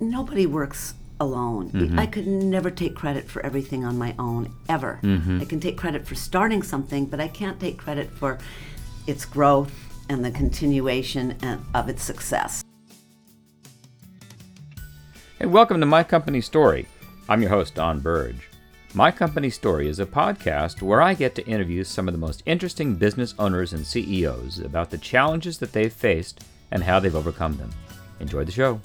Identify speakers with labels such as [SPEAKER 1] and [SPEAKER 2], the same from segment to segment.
[SPEAKER 1] nobody works alone. I could never take credit for everything on my own, ever. I can take credit for starting something, but I can't take credit for its growth and the continuation and, of its success.
[SPEAKER 2] Hey, welcome to My Company Story. I'm your host, Don Burge. My Company Story is a podcast where I get to interview some of the most interesting business owners and CEOs about the challenges that they've faced and how they've overcome them. Enjoy the show.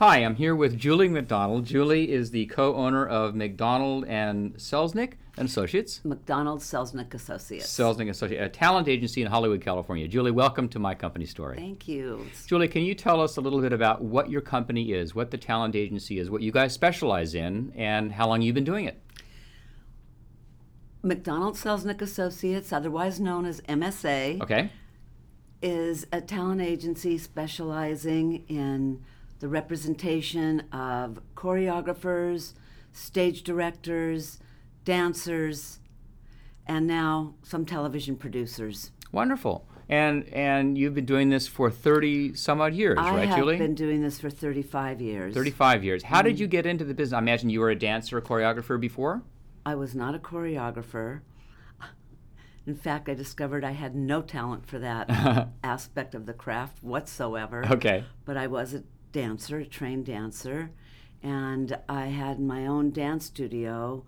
[SPEAKER 3] Hi, I'm here with Julie McDonald. Julie is the co-owner of McDonald and Selznick and Associates,
[SPEAKER 1] McDonald Selznick Associates.
[SPEAKER 3] Selznick Associates, a talent agency in Hollywood, California. Julie, welcome to my company story.
[SPEAKER 1] Thank you.
[SPEAKER 3] Julie, can you tell us a little bit about what your company is, what the talent agency is, what you guys specialize in, and how long you've been doing it?
[SPEAKER 1] McDonald Selznick Associates, otherwise known as MSA,
[SPEAKER 3] Okay.
[SPEAKER 1] is a talent agency specializing in the representation of choreographers, stage directors, dancers, and now some television producers.
[SPEAKER 3] Wonderful. And and you've been doing this for 30 some odd years,
[SPEAKER 1] I
[SPEAKER 3] right,
[SPEAKER 1] have
[SPEAKER 3] Julie?
[SPEAKER 1] been Mm. doing this for 35 years.
[SPEAKER 3] 35 years. How did you get into the business? I imagine you were a dancer, a choreographer before?
[SPEAKER 1] I was not a choreographer. In fact, I discovered I had no talent for that aspect of the craft whatsoever.
[SPEAKER 3] Okay.
[SPEAKER 1] But I was a dancer, a trained dancer, and I had my own dance studio.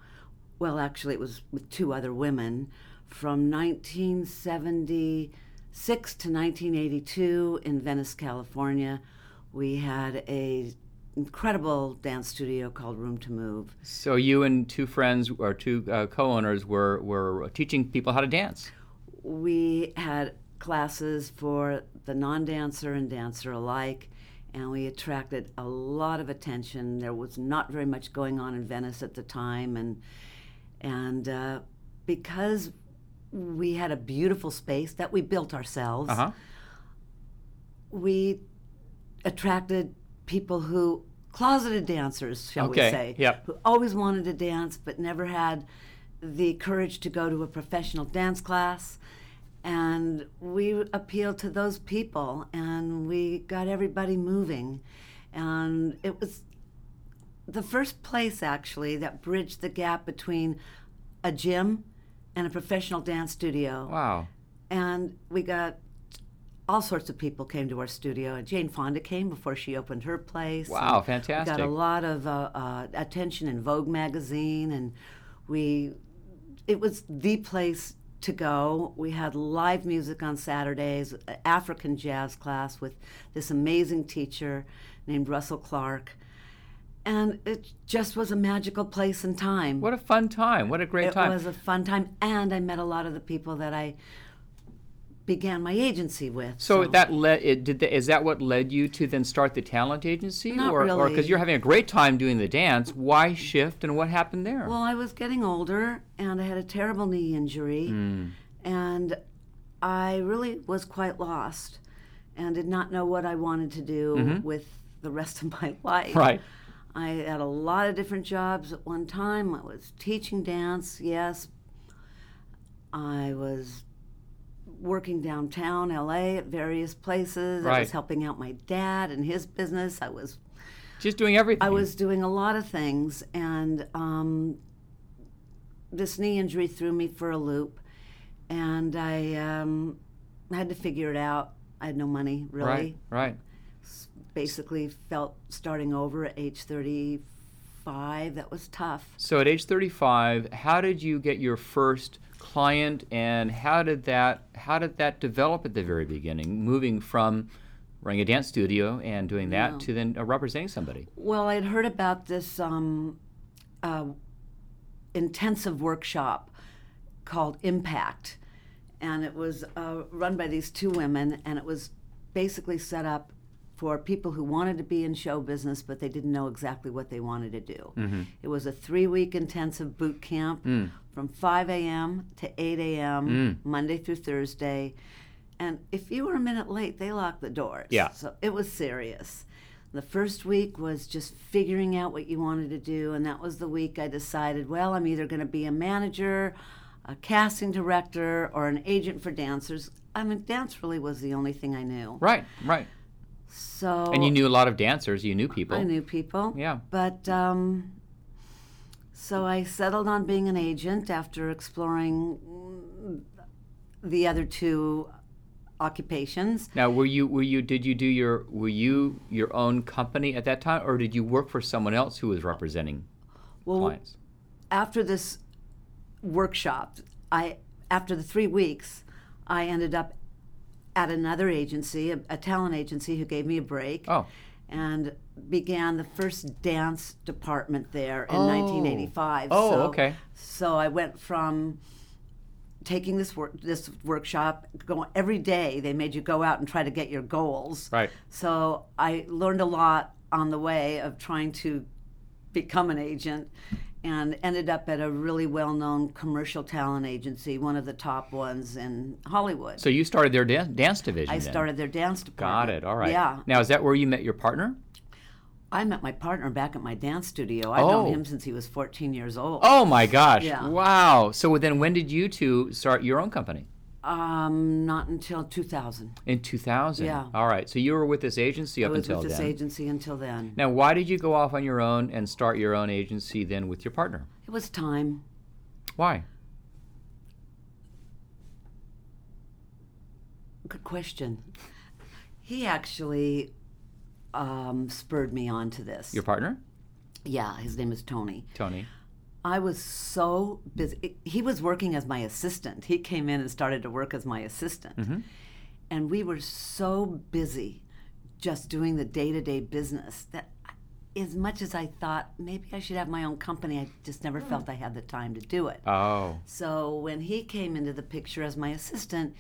[SPEAKER 1] Well, actually, it was with two other women from 1976 to 1982 in Venice, California. We had a incredible dance studio called Room to Move.
[SPEAKER 3] So you and two friends or two uh, co-owners were were teaching people how to dance.
[SPEAKER 1] we had classes for the non dancer and dancer alike, and we attracted a lot of attention. There was not very much going on in Venice at the time, and and uh, because we had a beautiful space that we built ourselves,
[SPEAKER 3] Uh-huh.
[SPEAKER 1] we attracted people who closeted dancers, shall we
[SPEAKER 3] Okay,
[SPEAKER 1] say,
[SPEAKER 3] yep.
[SPEAKER 1] who always wanted to dance but never had the courage to go to a professional dance class. And we appealed to those people and we got everybody moving. And it was the first place actually that bridged the gap between a gym and a professional dance studio
[SPEAKER 3] Wow.
[SPEAKER 1] and we got all sorts of people came to our studio. Jane Fonda came before she opened her place.
[SPEAKER 3] Wow,
[SPEAKER 1] And
[SPEAKER 3] fantastic.
[SPEAKER 1] We got a lot of uh, uh, attention in Vogue magazine, and we it was the place to go. We had live music on Saturdays, a African jazz class with this amazing teacher named Russell Clark, and it just was a magical place and time.
[SPEAKER 3] What a fun time. What a great
[SPEAKER 1] It
[SPEAKER 3] time.
[SPEAKER 1] was a fun time, and I met a lot of the people that I began my agency with.
[SPEAKER 3] so that led it did the, is that what led you to then start the talent agency
[SPEAKER 1] Not
[SPEAKER 3] or or
[SPEAKER 1] really.
[SPEAKER 3] cuz you're having a great time doing the dance, why shift and what happened there?
[SPEAKER 1] well, I was getting older, and I had a terrible knee injury,
[SPEAKER 3] Hmm.
[SPEAKER 1] and I really was quite lost, and did not know what I wanted to do with the rest of my life.
[SPEAKER 3] Mm-hmm. right.
[SPEAKER 1] I had a lot of different jobs at one time. I was teaching dance, yes. I was working downtown LA at various places. I
[SPEAKER 3] Right.
[SPEAKER 1] was helping out my dad and his business. I was
[SPEAKER 3] Just doing everything.
[SPEAKER 1] I was doing a lot of things, and um, this knee injury threw me for a loop, and I um, had to figure it out. I had no money, really
[SPEAKER 3] Right. Right.
[SPEAKER 1] basically felt starting over at age 35 that was tough
[SPEAKER 3] So at age 35, how did you get your first client and how did that how did that develop at the very beginning, moving from running a dance studio and doing that to then uh, representing somebody?
[SPEAKER 1] well i'd heard about this um, uh, intensive workshop called impact and it was uh, run by these two women and it was basically set up for people who wanted to be in show business but they didn't know exactly what they wanted to do it was a three-week intensive boot camp from 5 a.m to 8 a.m monday through thursday and if you were a minute late they locked the doors
[SPEAKER 3] Yeah.
[SPEAKER 1] so it was serious the first week was just figuring out what you wanted to do and that was the week i decided well i'm either going to be a manager a casting director or an agent for dancers i mean dance really was the only thing i knew
[SPEAKER 3] Right, right.
[SPEAKER 1] So
[SPEAKER 3] And you knew a lot of dancers, you knew people.
[SPEAKER 1] I knew people.
[SPEAKER 3] Yeah.
[SPEAKER 1] But um, so I settled on being an agent after exploring mm, the other two occupations.
[SPEAKER 3] Now, were you were you did you do your were you your own company at that time, or did you work for someone else who was representing
[SPEAKER 1] Well,
[SPEAKER 3] clients?
[SPEAKER 1] after this workshop, I after the three weeks, I ended up at another agency, a, a talent agency, who gave me a break.
[SPEAKER 3] Oh.
[SPEAKER 1] And began the first dance department there in
[SPEAKER 3] Oh.
[SPEAKER 1] 1985.
[SPEAKER 3] Oh,
[SPEAKER 1] so,
[SPEAKER 3] okay.
[SPEAKER 1] So I went from taking this work, this workshop, going every day. They made you go out and try to get your goals.
[SPEAKER 3] Right.
[SPEAKER 1] So I learned a lot on the way of trying to become an agent and ended up at a really well known commercial talent agency, one of the top ones in Hollywood.
[SPEAKER 3] So you started their dan- dance division.
[SPEAKER 1] I
[SPEAKER 3] then.
[SPEAKER 1] started their dance
[SPEAKER 3] Got
[SPEAKER 1] department.
[SPEAKER 3] it. All right.
[SPEAKER 1] Yeah.
[SPEAKER 3] Now, is that where you met your partner?
[SPEAKER 1] I met my partner back at my dance studio. I've
[SPEAKER 3] Oh.
[SPEAKER 1] known him since he was 14 years old.
[SPEAKER 3] Oh my gosh!
[SPEAKER 1] Yeah.
[SPEAKER 3] Wow. So then, when did you two start your own company?
[SPEAKER 1] Um, not until 2000.
[SPEAKER 3] In 2000.
[SPEAKER 1] Yeah.
[SPEAKER 3] All right. So you were with this agency
[SPEAKER 1] I
[SPEAKER 3] up
[SPEAKER 1] was
[SPEAKER 3] until
[SPEAKER 1] with this
[SPEAKER 3] then.
[SPEAKER 1] agency until then.
[SPEAKER 3] Now, why did you go off on your own and start your own agency then with your partner?
[SPEAKER 1] It was time.
[SPEAKER 3] Why?
[SPEAKER 1] Good question. He actually um, spurred me on to this.
[SPEAKER 3] Your partner,
[SPEAKER 1] yeah, his name is Tony.
[SPEAKER 3] Tony.
[SPEAKER 1] I was so busy. He was working as my assistant. He came in and started to work as my assistant. And we were so busy just doing the day to day business that I- as much as I thought maybe I should have my own company, I just never felt I had the time to do it.
[SPEAKER 3] Oh.
[SPEAKER 1] So when he came into the picture as my assistant,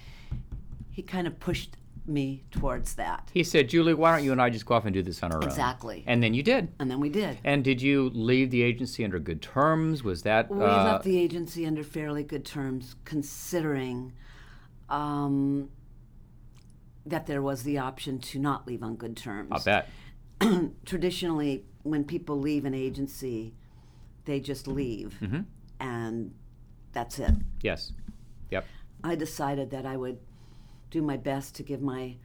[SPEAKER 1] he kind of pushed me towards that.
[SPEAKER 3] He said, Julie, why don't you and I just go off and do this on our own?
[SPEAKER 1] Exactly.
[SPEAKER 3] And then you did.
[SPEAKER 1] And then we did.
[SPEAKER 3] And did you leave the agency under good terms? Was that
[SPEAKER 1] We
[SPEAKER 3] uh,
[SPEAKER 1] left the agency under fairly good terms, considering um, that there was the option to not leave on good terms.
[SPEAKER 3] I uh, bet.
[SPEAKER 1] Traditionally, when people leave an agency, they just
[SPEAKER 3] Mm-hmm.
[SPEAKER 1] leave, and that's it.
[SPEAKER 3] Yes. Yep.
[SPEAKER 1] I decided that I would do my best to give my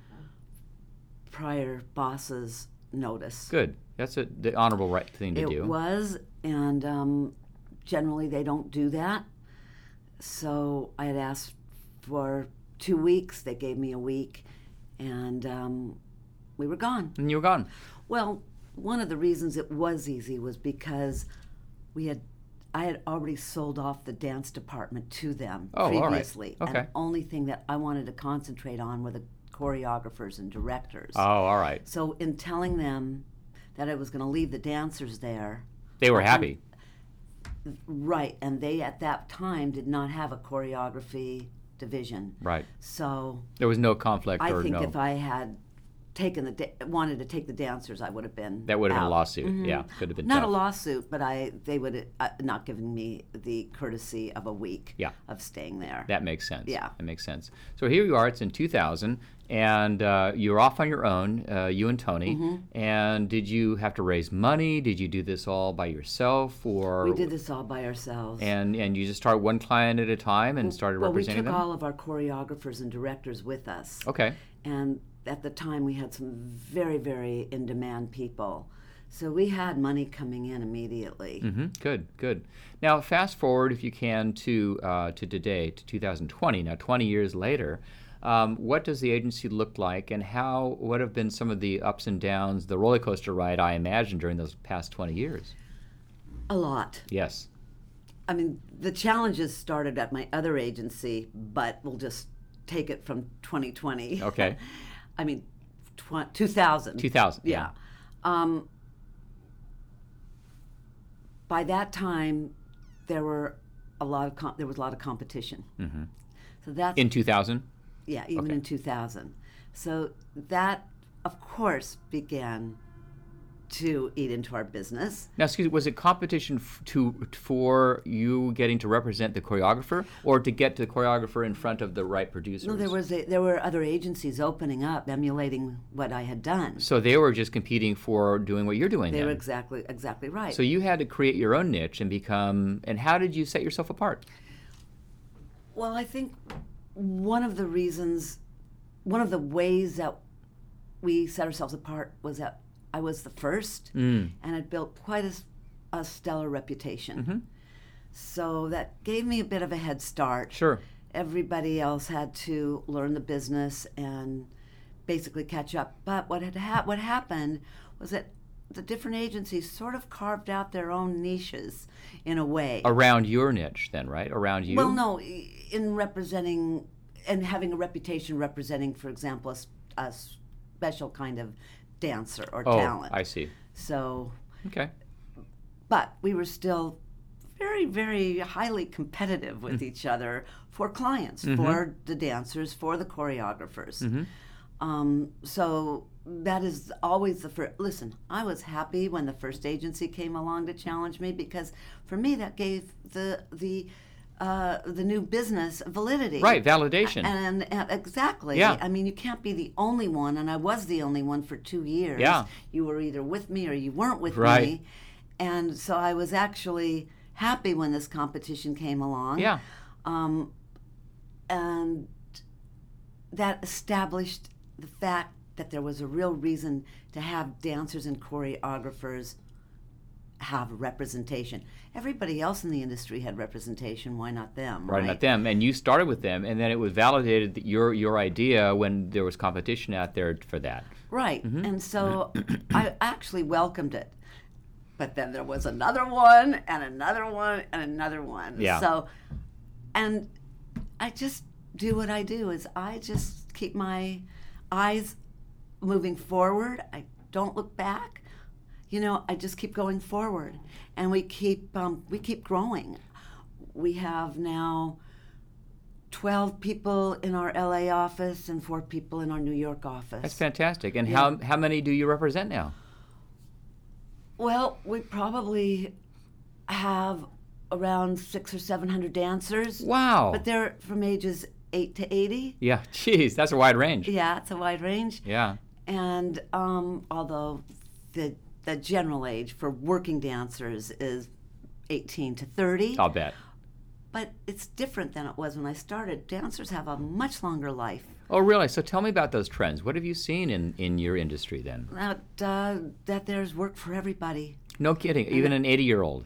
[SPEAKER 1] prior bosses notice.
[SPEAKER 3] Good. That's a, the honorable right thing to
[SPEAKER 1] it
[SPEAKER 3] do.
[SPEAKER 1] was, and um, generally they don't do that. So I had asked for two weeks. They gave me a week, and um, we were gone.
[SPEAKER 3] and you were gone.
[SPEAKER 1] Well, one of the reasons it was easy was because we had I had already sold off the dance department to them
[SPEAKER 3] Oh, all right.
[SPEAKER 1] previously. And
[SPEAKER 3] Okay.
[SPEAKER 1] the only thing that I wanted to concentrate on were the choreographers and directors.
[SPEAKER 3] Oh, all right.
[SPEAKER 1] so in telling them that I was going to leave the dancers there,
[SPEAKER 3] They were happy.
[SPEAKER 1] right, and they at that time did not have a choreography division.
[SPEAKER 3] Right.
[SPEAKER 1] So
[SPEAKER 3] There was no conflict
[SPEAKER 1] I
[SPEAKER 3] or
[SPEAKER 1] think
[SPEAKER 3] no.
[SPEAKER 1] if I had taken the da- wanted to take the dancers, I would have been
[SPEAKER 3] that would have been a
[SPEAKER 1] out.
[SPEAKER 3] lawsuit. Yeah. Could have been
[SPEAKER 1] Mm-hmm. Not a
[SPEAKER 3] tough.
[SPEAKER 1] lawsuit, but I they would uh, not given me the courtesy of a week
[SPEAKER 3] Yeah.
[SPEAKER 1] of staying there.
[SPEAKER 3] That makes sense.
[SPEAKER 1] Yeah.
[SPEAKER 3] That makes sense. So here you are, it's in 2000, and uh, you're off on your own, uh, you and Tony.
[SPEAKER 1] Mm-hmm.
[SPEAKER 3] And did you have to raise money? Did you do this all by yourself? Or
[SPEAKER 1] we did this all by ourselves.
[SPEAKER 3] And, and you just start one client at a time and started
[SPEAKER 1] well, we
[SPEAKER 3] representing
[SPEAKER 1] took
[SPEAKER 3] them?
[SPEAKER 1] all of our choreographers and directors with us.
[SPEAKER 3] okay.
[SPEAKER 1] And at the time, we had some very, very in demand people. So we had money coming in immediately.
[SPEAKER 3] hmm Good, good. Now, fast forward, if you can, to, uh, to today, to 2020. Now, 20 years later, um, what does the agency look like, and how? What have been some of the ups and downs, the roller coaster ride I imagine during those past 20 years?
[SPEAKER 1] A lot.
[SPEAKER 3] Yes.
[SPEAKER 1] I mean, the challenges started at my other agency, but we'll just take it from 2020.
[SPEAKER 3] Okay.
[SPEAKER 1] I mean, tw- 2000.
[SPEAKER 3] 2000.
[SPEAKER 1] Yeah. Um, by that time, there were a lot of com- there was a lot of competition. Mm-hmm. So that's
[SPEAKER 3] In 2000?
[SPEAKER 1] yeah, even in 2000. So that, of course, began to eat into our business.
[SPEAKER 3] Now, excuse me, was it competition f- to for you getting to represent the choreographer or to get the choreographer in front of the right producers?
[SPEAKER 1] No, there was a, there were other agencies opening up, emulating what I had done.
[SPEAKER 3] So they were just competing for doing what you're doing
[SPEAKER 1] They
[SPEAKER 3] then.
[SPEAKER 1] were exactly exactly right.
[SPEAKER 3] so you had to create your own niche and become. And how did you set yourself apart?
[SPEAKER 1] Well, I think one of the reasons, one of the ways that we set ourselves apart was that I was the first and had built quite a, s- a stellar reputation. So that gave me a bit of a head start.
[SPEAKER 3] Sure.
[SPEAKER 1] Everybody else had to learn the business and basically catch up. But what had hap what happened was that the different agencies sort of carved out their own niches in a way.
[SPEAKER 3] Around your niche, then, right? Around you.
[SPEAKER 1] Well, no, i- in representing and having a reputation representing, for example, a, s- a special kind of dancer or
[SPEAKER 3] oh,
[SPEAKER 1] talent.
[SPEAKER 3] I see.
[SPEAKER 1] So,
[SPEAKER 3] Okay.
[SPEAKER 1] but we were still very, very highly competitive with each other for clients, for the dancers, for the choreographers. Um, so that is always the first. Listen, I was happy when the first agency came along to challenge me because for me that gave the the uh, the new business validity.
[SPEAKER 3] Right. Validation.
[SPEAKER 1] And, and exactly.
[SPEAKER 3] Yeah.
[SPEAKER 1] I mean, you can't be the only one, and I was the only one for two years.
[SPEAKER 3] Yeah.
[SPEAKER 1] You were either with me or you weren't with
[SPEAKER 3] Right.
[SPEAKER 1] me. And so I was actually happy when this competition came along.
[SPEAKER 3] yeah.
[SPEAKER 1] And that established the fact that there was a real reason to have dancers and choreographers have representation. Everybody else in the industry had representation. Why not them?
[SPEAKER 3] Right, not them. And you started with them, and then it was validated that your your idea when there was competition out there for that.
[SPEAKER 1] Right. And so I actually welcomed it. But then there was another one and another one and another one.
[SPEAKER 3] Yeah.
[SPEAKER 1] So and I just do what I do is I just keep my eyes moving forward. I don't look back. You know, I just keep going forward, and we keep um, we keep growing. We have now twelve people in our LA office and four people in our New York office.
[SPEAKER 3] That's fantastic. And how how many do you represent now?
[SPEAKER 1] Well, we probably have around six or seven hundred dancers,
[SPEAKER 3] Wow.
[SPEAKER 1] but they're from ages eight to eighty.
[SPEAKER 3] yeah. Geez, that's a wide range.
[SPEAKER 1] Yeah, it's a wide range.
[SPEAKER 3] Yeah.
[SPEAKER 1] And um, although the the general age for working dancers is eighteen to thirty,
[SPEAKER 3] I'll bet.
[SPEAKER 1] but it's different than it was when I started. Dancers have a much longer life.
[SPEAKER 3] Oh, really? So tell me about those trends. What have you seen in in your industry then?
[SPEAKER 1] That uh, that there's work for everybody,
[SPEAKER 3] No kidding. Even an 80 year old.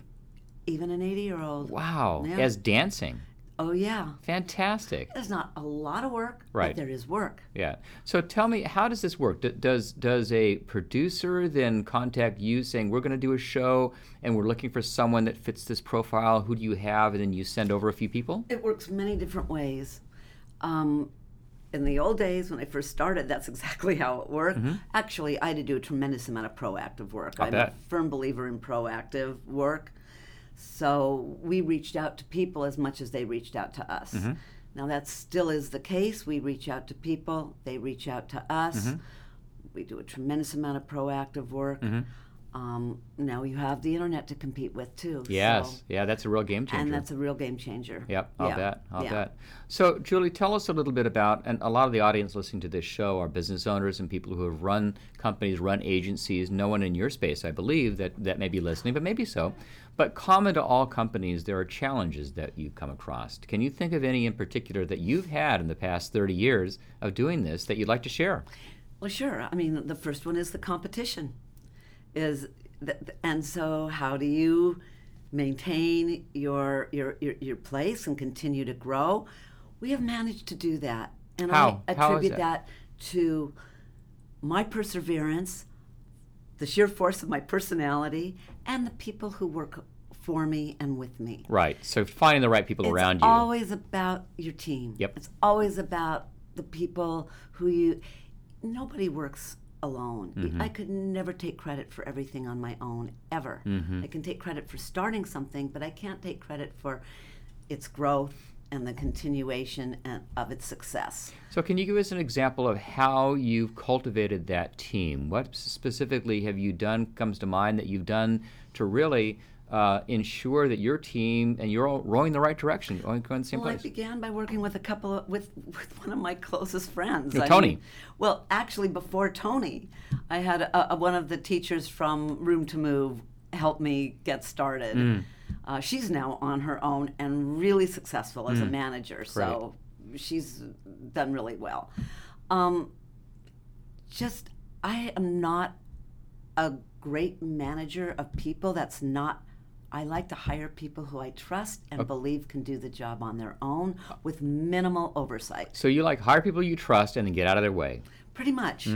[SPEAKER 1] even an eighty year old.
[SPEAKER 3] Wow.
[SPEAKER 1] Yeah.
[SPEAKER 3] As dancing.
[SPEAKER 1] Oh yeah,
[SPEAKER 3] Fantastic.
[SPEAKER 1] there's not a lot of work,
[SPEAKER 3] Right.
[SPEAKER 1] but there is work.
[SPEAKER 3] Yeah. So tell me, how does this work? D- does does a producer then contact you saying we're going to do a show and we're looking for someone that fits this profile? Who do you have? And then you send over a few people.
[SPEAKER 1] It works many different ways. Um, in the old days, when I first started, that's exactly how it worked. Actually, I had to do a tremendous amount of proactive work. I'm
[SPEAKER 3] Mm-hmm. bet.
[SPEAKER 1] a firm believer in proactive work. So we reached out to people as much as they reached out to us.
[SPEAKER 3] Mm-hmm.
[SPEAKER 1] Now, that still is the case. We reach out to people, they reach out to us.
[SPEAKER 3] Mm-hmm.
[SPEAKER 1] We do a tremendous amount of proactive work.
[SPEAKER 3] Mm-hmm.
[SPEAKER 1] Um, now you have the internet to compete with, too. so-
[SPEAKER 3] Yes. yeah, that's a real game changer.
[SPEAKER 1] and that's a real game changer.
[SPEAKER 3] Yep, I'll
[SPEAKER 1] Yeah,
[SPEAKER 3] bet. I'll
[SPEAKER 1] yeah.
[SPEAKER 3] bet. So, Julie, tell us a little bit about, and a lot of the audience listening to this show are business owners and people who have run companies, run agencies. No one in your space, I believe, that, that may be listening, but maybe so. But common to all companies, there are challenges that you come across. Can you think of any in particular that you've had in the past 30 years of doing this that you'd like to share?
[SPEAKER 1] Well, sure. I mean, the first one is the competition. Is th- th- and so how do you maintain your, your your your place and continue to grow? We have managed to do that, and
[SPEAKER 3] How?
[SPEAKER 1] I
[SPEAKER 3] How is
[SPEAKER 1] attribute
[SPEAKER 3] it?
[SPEAKER 1] that to my perseverance, the sheer force of my personality, and the people who work for me and with me.
[SPEAKER 3] Right. So, finding the right people around
[SPEAKER 1] it's
[SPEAKER 3] you.
[SPEAKER 1] always about your team.
[SPEAKER 3] Yep.
[SPEAKER 1] It's always about the people who you. Nobody works alone.
[SPEAKER 3] Mm-hmm.
[SPEAKER 1] I could never take credit for everything on my own ever.
[SPEAKER 3] Mm-hmm.
[SPEAKER 1] I can take credit for starting something, but I can't take credit for its growth and the continuation and, of its success.
[SPEAKER 3] So, can you give us an example of how you've cultivated that team? What specifically have you done, comes to mind, that you've done to really uh, ensure that your team and you're all rowing the right direction, you're all going the same
[SPEAKER 1] Well, I
[SPEAKER 3] place?
[SPEAKER 1] began by working with a couple of, with with one of my closest friends. I
[SPEAKER 3] Tony.
[SPEAKER 1] mean- well, actually, before Tony, I had a, a, one of the teachers from Room to Move help me get started. Uh, she's now on her own and really successful as a manager. So she's done really well. Um, just I am not a great manager of people. That's not. I like to hire people who I trust and believe can do the job on their own with minimal oversight.
[SPEAKER 3] So you like hire people you trust and then get out of their way.
[SPEAKER 1] Pretty much.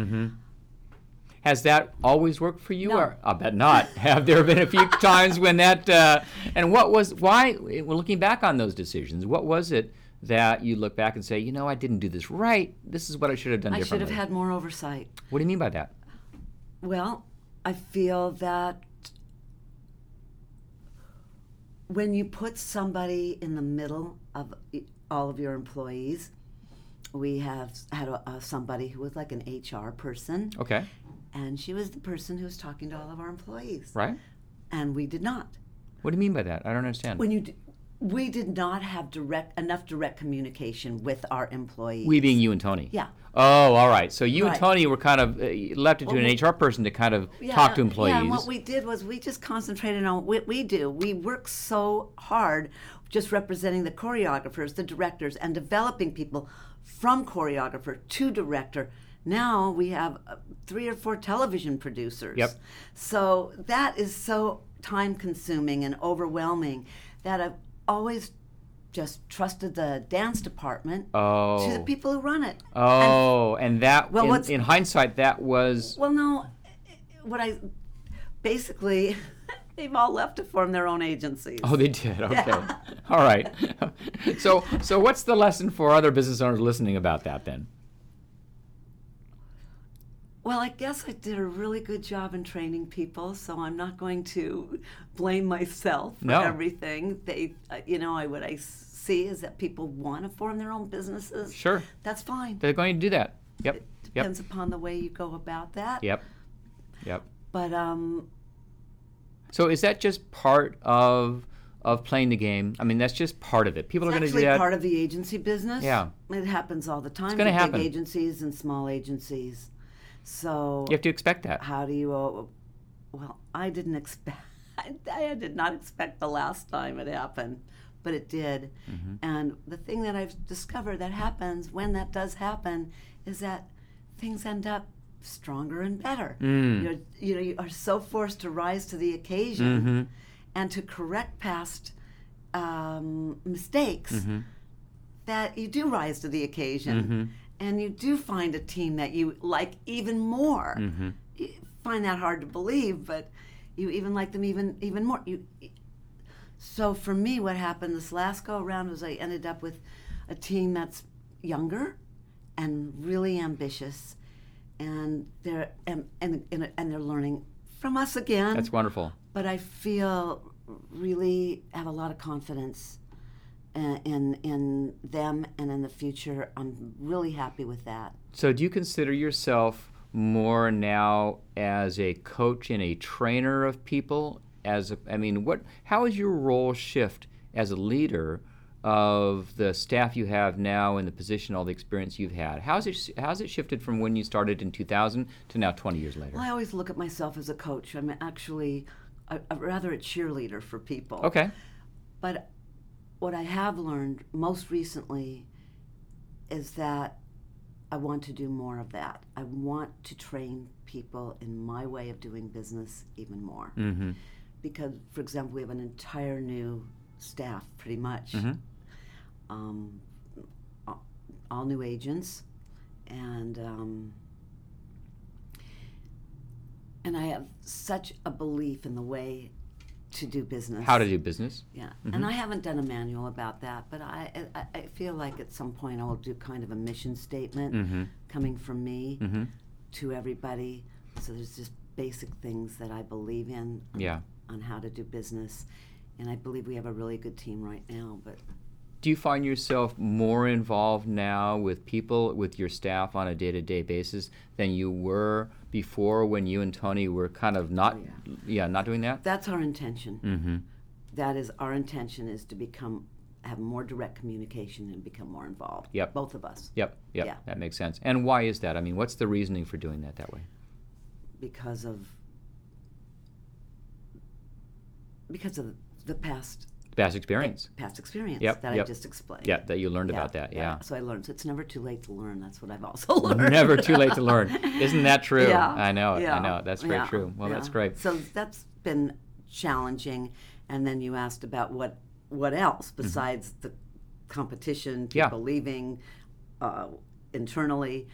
[SPEAKER 3] Has that always worked for you?
[SPEAKER 1] No.
[SPEAKER 3] Or I bet not. Have there been a few times when that? Uh, and what was why? Well, looking back on those decisions, what was it that you look back and say, you know, I didn't do this right. This is what I should have done
[SPEAKER 1] I should
[SPEAKER 3] differently.
[SPEAKER 1] have had more oversight.
[SPEAKER 3] what do you mean by that?
[SPEAKER 1] Well, I feel that when you put somebody in the middle of i- all of your employees, we have s- had a, a, somebody who was like an HR person,
[SPEAKER 3] Okay,
[SPEAKER 1] and she was the person who was talking to all of our employees,
[SPEAKER 3] right.
[SPEAKER 1] and we did not.
[SPEAKER 3] What do you mean by that? I don't understand.
[SPEAKER 1] When you, d- we did not have direct enough direct communication with our employees.
[SPEAKER 3] we being you and Tony.
[SPEAKER 1] yeah.
[SPEAKER 3] Oh, all right. So you and
[SPEAKER 1] Right.
[SPEAKER 3] Tony were kind of uh, left it to an HR person to kind of
[SPEAKER 1] Yeah,
[SPEAKER 3] talk to
[SPEAKER 1] and-
[SPEAKER 3] employees.
[SPEAKER 1] Yeah, and what we did was we just concentrated on what we do. We work so hard just representing the choreographers, the directors, and developing people from choreographer to director. Now we have uh, three or four television producers.
[SPEAKER 3] Yep.
[SPEAKER 1] So that is so time consuming and overwhelming that I've always just trusted the dance department
[SPEAKER 3] oh.
[SPEAKER 1] to the people who run it.
[SPEAKER 3] Oh, and, that
[SPEAKER 1] Well,
[SPEAKER 3] in,
[SPEAKER 1] what's-
[SPEAKER 3] in hindsight, that was
[SPEAKER 1] Well, no, what I basically they've all left to form their own agencies.
[SPEAKER 3] oh, they did. Okay, all right. so, so what's the lesson for other business owners listening about that then?
[SPEAKER 1] Well, I guess I did a really good job in training people, so I'm not going to blame myself for
[SPEAKER 3] No.
[SPEAKER 1] everything. They, uh, you know, I, what I s- see is that people want to form their own businesses.
[SPEAKER 3] Sure,
[SPEAKER 1] That's fine.
[SPEAKER 3] they're going to do that. Yep, yep,
[SPEAKER 1] Depends upon the way you go about that.
[SPEAKER 3] yep, yep.
[SPEAKER 1] But um,
[SPEAKER 3] So, is that just part of of playing the game? I mean, that's just part of it. People are
[SPEAKER 1] it's
[SPEAKER 3] going to
[SPEAKER 1] actually
[SPEAKER 3] do that.
[SPEAKER 1] part of the agency business.
[SPEAKER 3] Yeah.
[SPEAKER 1] It happens all the time.
[SPEAKER 3] gonna
[SPEAKER 1] with
[SPEAKER 3] happen.
[SPEAKER 1] Big agencies and small agencies. So
[SPEAKER 3] you have to expect that.
[SPEAKER 1] how do you uh, well i didn't expect I, I did not expect the last time it happened but it did and the thing that i've discovered that happens when that does happen is that things end up stronger and better You're, you know you are so forced to rise to the occasion and to correct past um, mistakes that you do rise to the occasion and you do find a team that you like even more. You find that hard to believe, but you even like them even even more. You so for me, what happened this last go around was I ended up with a team that's younger and really ambitious, and they're and and and, and they're learning from us again
[SPEAKER 3] That's wonderful.
[SPEAKER 1] but I feel really have a lot of confidence in, in in them and in the future. I'm really happy with that.
[SPEAKER 3] So, do you consider yourself more now as a coach and a trainer of people? As a, I mean, what? How is your role shift as a leader of the staff you have now and the position, all the experience you've had? How's it? How's it shifted from when you started in 2000 to now 20 years later?
[SPEAKER 1] Well, I always look at myself as a coach. I'm actually a, a, rather a cheerleader for people.
[SPEAKER 3] Okay.
[SPEAKER 1] But what I have learned most recently is that I want to do more of that. I want to train people in my way of doing business even more.
[SPEAKER 3] Mm-hmm.
[SPEAKER 1] because, for example, we have an entire new staff, pretty much,
[SPEAKER 3] Mhm.
[SPEAKER 1] um, a- all new agents, and um, and I have such a belief in the way to do business.
[SPEAKER 3] How to do business?
[SPEAKER 1] Yeah, and I haven't done a manual about that, but I, I I feel like at some point I'll do kind of a mission statement
[SPEAKER 3] Mm-hmm.
[SPEAKER 1] coming from me
[SPEAKER 3] Mm-hmm.
[SPEAKER 1] to everybody. So there's just basic things that I believe in
[SPEAKER 3] Yeah.
[SPEAKER 1] on how to do business. And I believe we have a really good team right now. But
[SPEAKER 3] Do you find yourself more involved now with people, with your staff on a day to day basis than you were before when you and Tony were kind of not,
[SPEAKER 1] Oh,
[SPEAKER 3] yeah, not doing that?
[SPEAKER 1] that's our intention.
[SPEAKER 3] Mm-hmm.
[SPEAKER 1] That is our intention is to become have more direct communication and become more involved.
[SPEAKER 3] Yep.
[SPEAKER 1] Both of us.
[SPEAKER 3] Yep, yep,
[SPEAKER 1] Yeah.
[SPEAKER 3] that makes sense. And why is that? I mean, what's the reasoning for doing that that way?
[SPEAKER 1] Because of because of the past
[SPEAKER 3] past experience.
[SPEAKER 1] past experience
[SPEAKER 3] Yep,
[SPEAKER 1] that
[SPEAKER 3] yep.
[SPEAKER 1] I just explained.
[SPEAKER 3] Yeah, that you learned about that. Yeah.
[SPEAKER 1] So I learned. So it's never too late to learn. That's what I've also learned.
[SPEAKER 3] Never too late to learn. Isn't that true?
[SPEAKER 1] Yeah.
[SPEAKER 3] I know it.
[SPEAKER 1] yeah,
[SPEAKER 3] I know it. That's very
[SPEAKER 1] yeah,
[SPEAKER 3] true. Well, that's
[SPEAKER 1] yeah.
[SPEAKER 3] great.
[SPEAKER 1] So that's been challenging. And then you asked about what what else besides the competition,
[SPEAKER 3] Mm-hmm. Yeah.
[SPEAKER 1] people leaving uh, internally.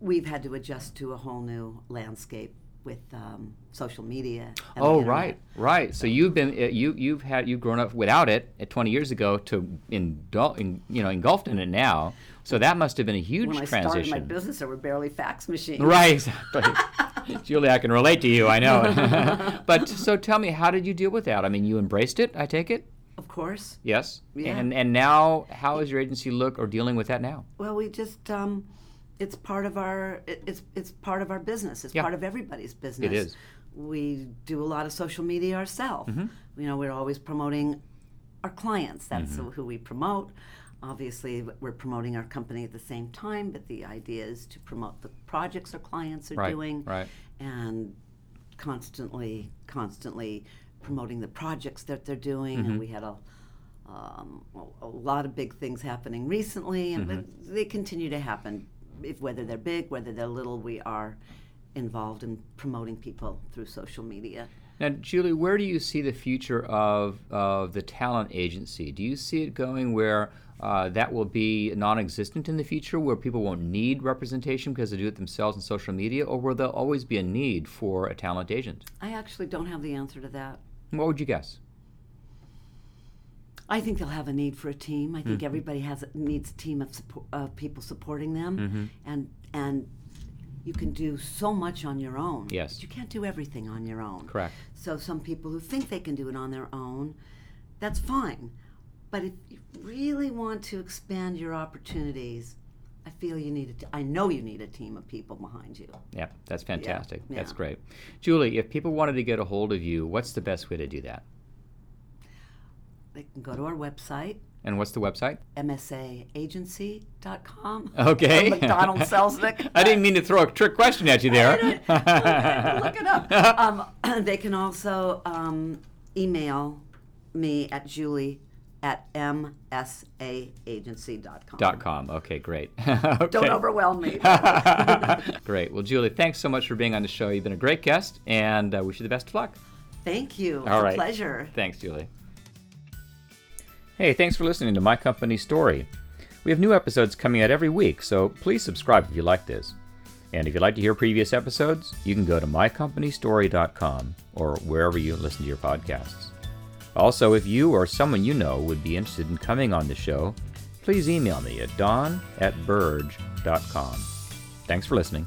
[SPEAKER 1] We've had to adjust to a whole new landscape with um, social media. and the
[SPEAKER 3] Oh,
[SPEAKER 1] internet.
[SPEAKER 3] right, right. So you've been uh, you you've had you've grown up without it at 20 years ago to indul- in, you know engulfed in it now. So that must have been a huge
[SPEAKER 1] When I started
[SPEAKER 3] transition.
[SPEAKER 1] my business, there were barely fax machines.
[SPEAKER 3] Right, exactly. Julie, I can relate to you. I know. but so tell me, how did you deal with that? I mean, you embraced it. I take it.
[SPEAKER 1] Of course.
[SPEAKER 3] Yes.
[SPEAKER 1] Yeah.
[SPEAKER 3] And and now, how is your agency look or dealing with that now?
[SPEAKER 1] Well, we just um, it's part of our it, it's it's part of our business. It's
[SPEAKER 3] Yeah.
[SPEAKER 1] part of everybody's business.
[SPEAKER 3] is.
[SPEAKER 1] We do a lot of social media ourselves.
[SPEAKER 3] Mm-hmm.
[SPEAKER 1] You know, we're always promoting our clients. That's who we promote. Obviously, we're promoting our company at the same time, but the idea is to promote the projects our clients are
[SPEAKER 3] Right,
[SPEAKER 1] doing
[SPEAKER 3] right.
[SPEAKER 1] and constantly, constantly promoting the projects that they're doing.
[SPEAKER 3] Mm-hmm.
[SPEAKER 1] And we had a, um, a, a lot of big things happening recently,
[SPEAKER 3] Mm-hmm.
[SPEAKER 1] and but they continue to happen. If whether they're big, whether they're little, we are involved in promoting people through social media.
[SPEAKER 3] Now, Julie, where do you see the future of, of the talent agency? Do you see it going where uh, that will be non existent in the future, where people won't need representation because they do it themselves on social media, or will there always be a need for a talent agent?
[SPEAKER 1] I actually don't have the answer to that.
[SPEAKER 3] What would you guess?
[SPEAKER 1] I think they'll have a need for a team. I think
[SPEAKER 3] Mm-hmm.
[SPEAKER 1] everybody has needs a team of support, of people supporting them,
[SPEAKER 3] Mm-hmm.
[SPEAKER 1] and and you can do so much on your own.
[SPEAKER 3] Yes.
[SPEAKER 1] but you can't do everything on your own.
[SPEAKER 3] Correct.
[SPEAKER 1] So some people who think they can do it on their own, that's fine. But if you really want to expand your opportunities, I feel you need a t- I know you need a team of people behind you.
[SPEAKER 3] Yeah, that's fantastic. That's
[SPEAKER 1] yeah.
[SPEAKER 3] great. Julie, if people wanted to get a hold of you, what's the best way to do that?
[SPEAKER 1] They can go to our website,
[SPEAKER 3] And what's the website?
[SPEAKER 1] msaagency.com.
[SPEAKER 3] Okay.
[SPEAKER 1] Or McDonald Selznick.
[SPEAKER 3] Oh, I didn't mean to throw a trick question at you there.
[SPEAKER 1] Look it up. Um, they can also um, email me at julie at msaagency.com.
[SPEAKER 3] Dot com. Okay, great. okay.
[SPEAKER 1] Don't overwhelm me.
[SPEAKER 3] Great. Well, Julie, thanks so much for being on the show. You've been a great guest, and I
[SPEAKER 2] uh,
[SPEAKER 3] wish you the best of luck.
[SPEAKER 1] Thank you. It's
[SPEAKER 3] All
[SPEAKER 1] a
[SPEAKER 3] right.
[SPEAKER 1] pleasure.
[SPEAKER 3] Thanks, Julie.
[SPEAKER 2] Hey, thanks for listening to My Company Story. We have new episodes coming out every week, so please subscribe if you like this. And if you'd like to hear previous episodes, you can go to mycompanystory.com or wherever you listen to your podcasts. Also, if you or someone you know would be interested in coming on the show, please email me at don at burge.com. Thanks for listening.